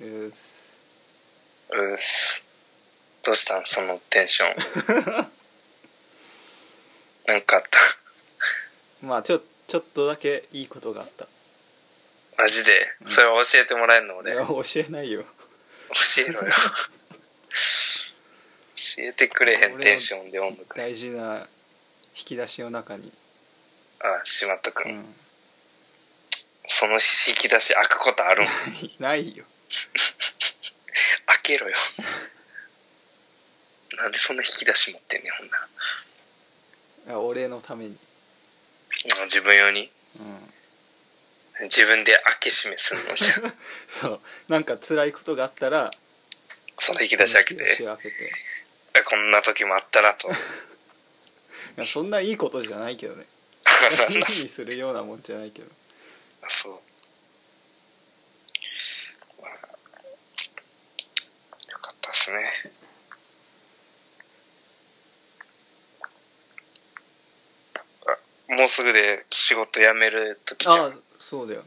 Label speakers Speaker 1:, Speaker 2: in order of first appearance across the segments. Speaker 1: えーす
Speaker 2: うっすどうしたんそのテンショ ンなんかあっ
Speaker 1: まあちょちょっとだけいいことがあった
Speaker 2: たマジでそれは教えてもらえるの
Speaker 1: い
Speaker 2: 俺
Speaker 1: や
Speaker 2: 教
Speaker 1: 教えないよ
Speaker 2: えろよ教えてくれへんテンションで音楽
Speaker 1: 大事な引き出しの中に、
Speaker 2: あしまったく、
Speaker 1: うんん、
Speaker 2: その引き出し開くこと あるん
Speaker 1: ないよ
Speaker 2: 開けろよなんでそんな引き出し持ってんねんほんなら
Speaker 1: あ俺のために、
Speaker 2: あ自分用に
Speaker 1: うん、
Speaker 2: 自分で開け閉めすんのじゃん
Speaker 1: そうなんか辛いことがあったら
Speaker 2: その引き出し開 け
Speaker 1: その引き出してを開けて
Speaker 2: こんな時もあったら と
Speaker 1: いやそんないいことじゃないけどね大事にするようなもんじゃないけど
Speaker 2: そう。まあ、よかったですね。あもうすぐで仕事辞める時じゃ
Speaker 1: あ
Speaker 2: ん。
Speaker 1: そうだよ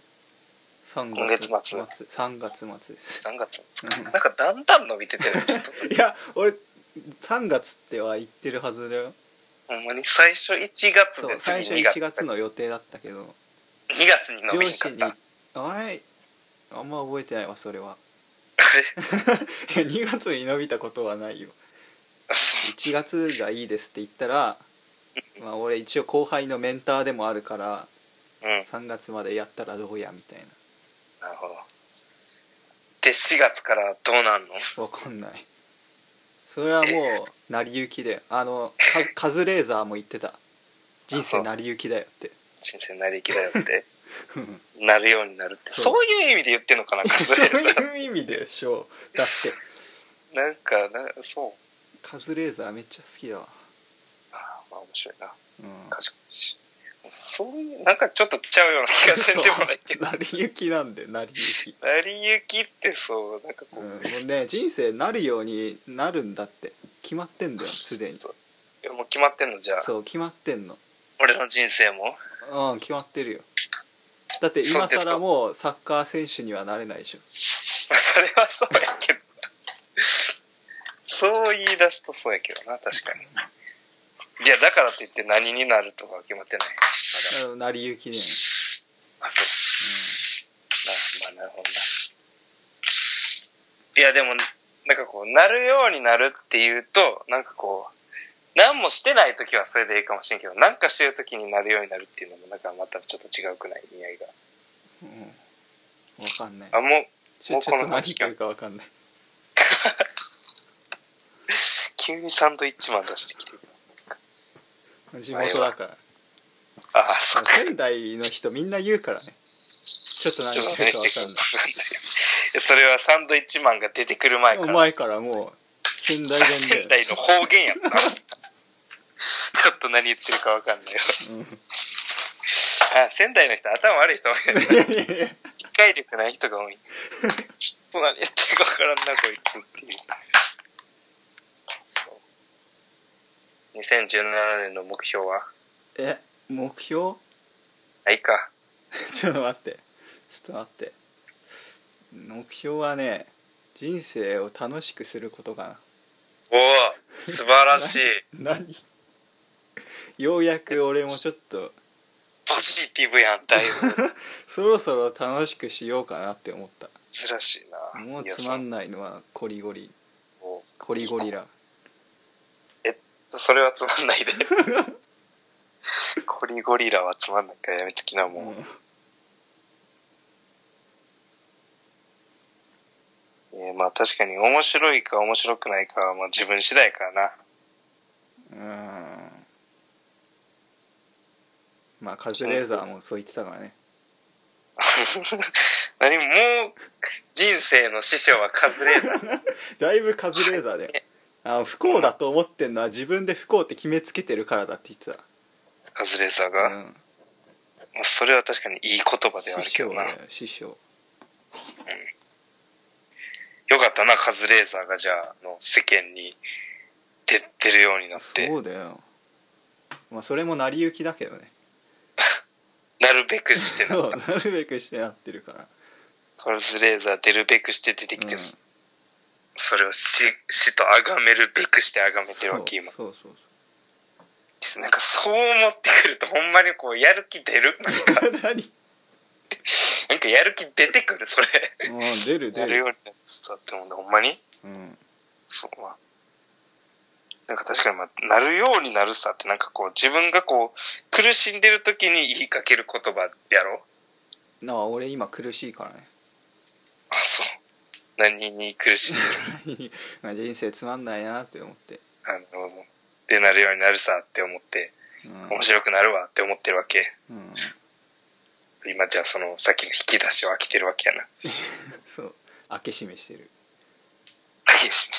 Speaker 1: 3
Speaker 2: 今月末
Speaker 1: 3月末です
Speaker 2: 何月ですか、
Speaker 1: うん
Speaker 2: なんかだんだん伸びててる、ちょっと。
Speaker 1: いや俺3月っては言ってるはずだよ
Speaker 2: ほんまに最初1月
Speaker 1: そう
Speaker 2: で
Speaker 1: 最初
Speaker 2: 次
Speaker 1: 1月の予定だったけど
Speaker 2: 2月に伸
Speaker 1: 上
Speaker 2: びん
Speaker 1: 司
Speaker 2: かっ
Speaker 1: に
Speaker 2: た。あれ
Speaker 1: 「あれあんま覚えてないわそれは」 いや2月に伸びたことは ないよ
Speaker 2: そう
Speaker 1: 1月がいいですって言ったらまあ俺一応後輩のメンターでもあるから
Speaker 2: うん。
Speaker 1: 3月までやったらどうやみたい
Speaker 2: なるほど。で、4月からどうなんの
Speaker 1: なわかんないそれはもう成り行きであのカカズレーザーも言ってた人生成り行きだよって
Speaker 2: 人生成り行きだよって。
Speaker 1: うん
Speaker 2: なるようになるって
Speaker 1: そ
Speaker 2: そうういう意味で言ってんのか な
Speaker 1: そ
Speaker 2: 数
Speaker 1: う
Speaker 2: える
Speaker 1: いう意味でしょだって
Speaker 2: なんかなそう
Speaker 1: カズレーザーめっちゃ好きだわ、
Speaker 2: あーまあ面白いな
Speaker 1: うん、
Speaker 2: 賢いしそういうなんかちょっとちゃうような気がしてもないけど
Speaker 1: 成り行きなんで成り行き、
Speaker 2: 成り行きってそうなんか
Speaker 1: う
Speaker 2: こ
Speaker 1: ん、
Speaker 2: う、
Speaker 1: もうね人生なるようになるんだって決まってんだよすでに
Speaker 2: そういやもう決まってんのじゃあ
Speaker 1: そう決まってんの
Speaker 2: 俺の人生も
Speaker 1: うん決まってるよだって今更もうサッカー選手にはなれないでしょ
Speaker 2: それはそうやけどそう言い出すとそうやけどな確かにいやだからといって何になるとかは決まってないまだ
Speaker 1: うん成り行きね、
Speaker 2: あそうまあ、まあ、なるほどな。いや、でも、なんかこう、なるようになるっていうと、なんかこう、何もしてない時はそれでいいかもしれんけど、なんかしてる時になるようになるっていうのも、なんかまたちょっと違うくない意味合いが。
Speaker 1: うんうん、分かんない
Speaker 2: あ、もう、
Speaker 1: ちょちょっと
Speaker 2: もうこの
Speaker 1: 何言ってるか分かんない
Speaker 2: 急にサンドイッチマン出してきてる。
Speaker 1: 地元だから
Speaker 2: ああ、そっか。
Speaker 1: 仙台の人みんな言うからねちょっと何
Speaker 2: ちょっ
Speaker 1: 言っ
Speaker 2: と
Speaker 1: て
Speaker 2: ね
Speaker 1: るか分かんない
Speaker 2: それはサンドイッチマンが出てくる前か
Speaker 1: お
Speaker 2: ら。
Speaker 1: 前からもう仙台 弁で
Speaker 2: 仙台の方言やった。ちょっと何言ってるかわかんないよ。あ仙台の人頭悪い人多いよね
Speaker 1: うんいやいやいや
Speaker 2: 理解力ない人が多いちょっと 何言ってるか分からんなこいつっていうそう2017年の目標は
Speaker 1: え目標
Speaker 2: ないか
Speaker 1: ちょっと待ってちょっと待って目標はね人生を楽しくすることか
Speaker 2: おお素晴らしい
Speaker 1: な何 ようやく俺もちょっと
Speaker 2: ポジティブやんだい ぶ
Speaker 1: そろそろ楽しくしようかなって思っ
Speaker 2: 珍しい
Speaker 1: た
Speaker 2: な
Speaker 1: もう
Speaker 2: いや
Speaker 1: つまんないのはコリゴリ
Speaker 2: そ
Speaker 1: コリゴリラ
Speaker 2: うそれはつまんないで コリゴリラはつまんないからやめときなもう、えーまあ確かに面白いか面白くないかはまあ自分次第からな
Speaker 1: うんうんまあカズレーザーもそう言ってたからね
Speaker 2: 何もう人生の師匠はカズレーザ ー
Speaker 1: だいぶカズレーザーだよあの不幸だと思ってんのは自分で不幸って決めつけてるからだって言って
Speaker 2: カズレーザー
Speaker 1: た、
Speaker 2: が、ま
Speaker 1: うん、
Speaker 2: あ、それは確かにいい言葉ではある
Speaker 1: 師
Speaker 2: け
Speaker 1: 匠
Speaker 2: どな
Speaker 1: だよ
Speaker 2: よ
Speaker 1: 師匠
Speaker 2: かったなカズレーザーがじゃああの世間に出てるようになって
Speaker 1: そうだよまあそれも成り行きだ けどね
Speaker 2: なるべくしてな
Speaker 1: そうなるべくしてなってるから
Speaker 2: カルスレーザー出るべくして出てきて、
Speaker 1: うん
Speaker 2: それを死死と崇めるべくして崇めてるわけ今
Speaker 1: そうそうそう
Speaker 2: なんかそう思ってくるとほんまにこうやる気出る なんか
Speaker 1: 何
Speaker 2: なんかやる気出てくるそれ
Speaker 1: もう出る
Speaker 2: や
Speaker 1: 出
Speaker 2: るよ
Speaker 1: る、
Speaker 2: うになったってもんでほんまに
Speaker 1: うん、
Speaker 2: そうまあなんか確かに、まあ、なるようになるさってなんかこう自分がこう苦しんでる時に言いかける言葉やろ
Speaker 1: なあ俺今苦しいからね
Speaker 2: あそう何に苦しんでる
Speaker 1: まあ人生つまんないなって思って、
Speaker 2: あなるほどでなるようになるさって思って面白くなるわって思ってるわけ
Speaker 1: うん、うん、
Speaker 2: 今じゃあそのさっきの引き出しを開けてるわけやな
Speaker 1: そう開け閉めしてる
Speaker 2: 開け閉め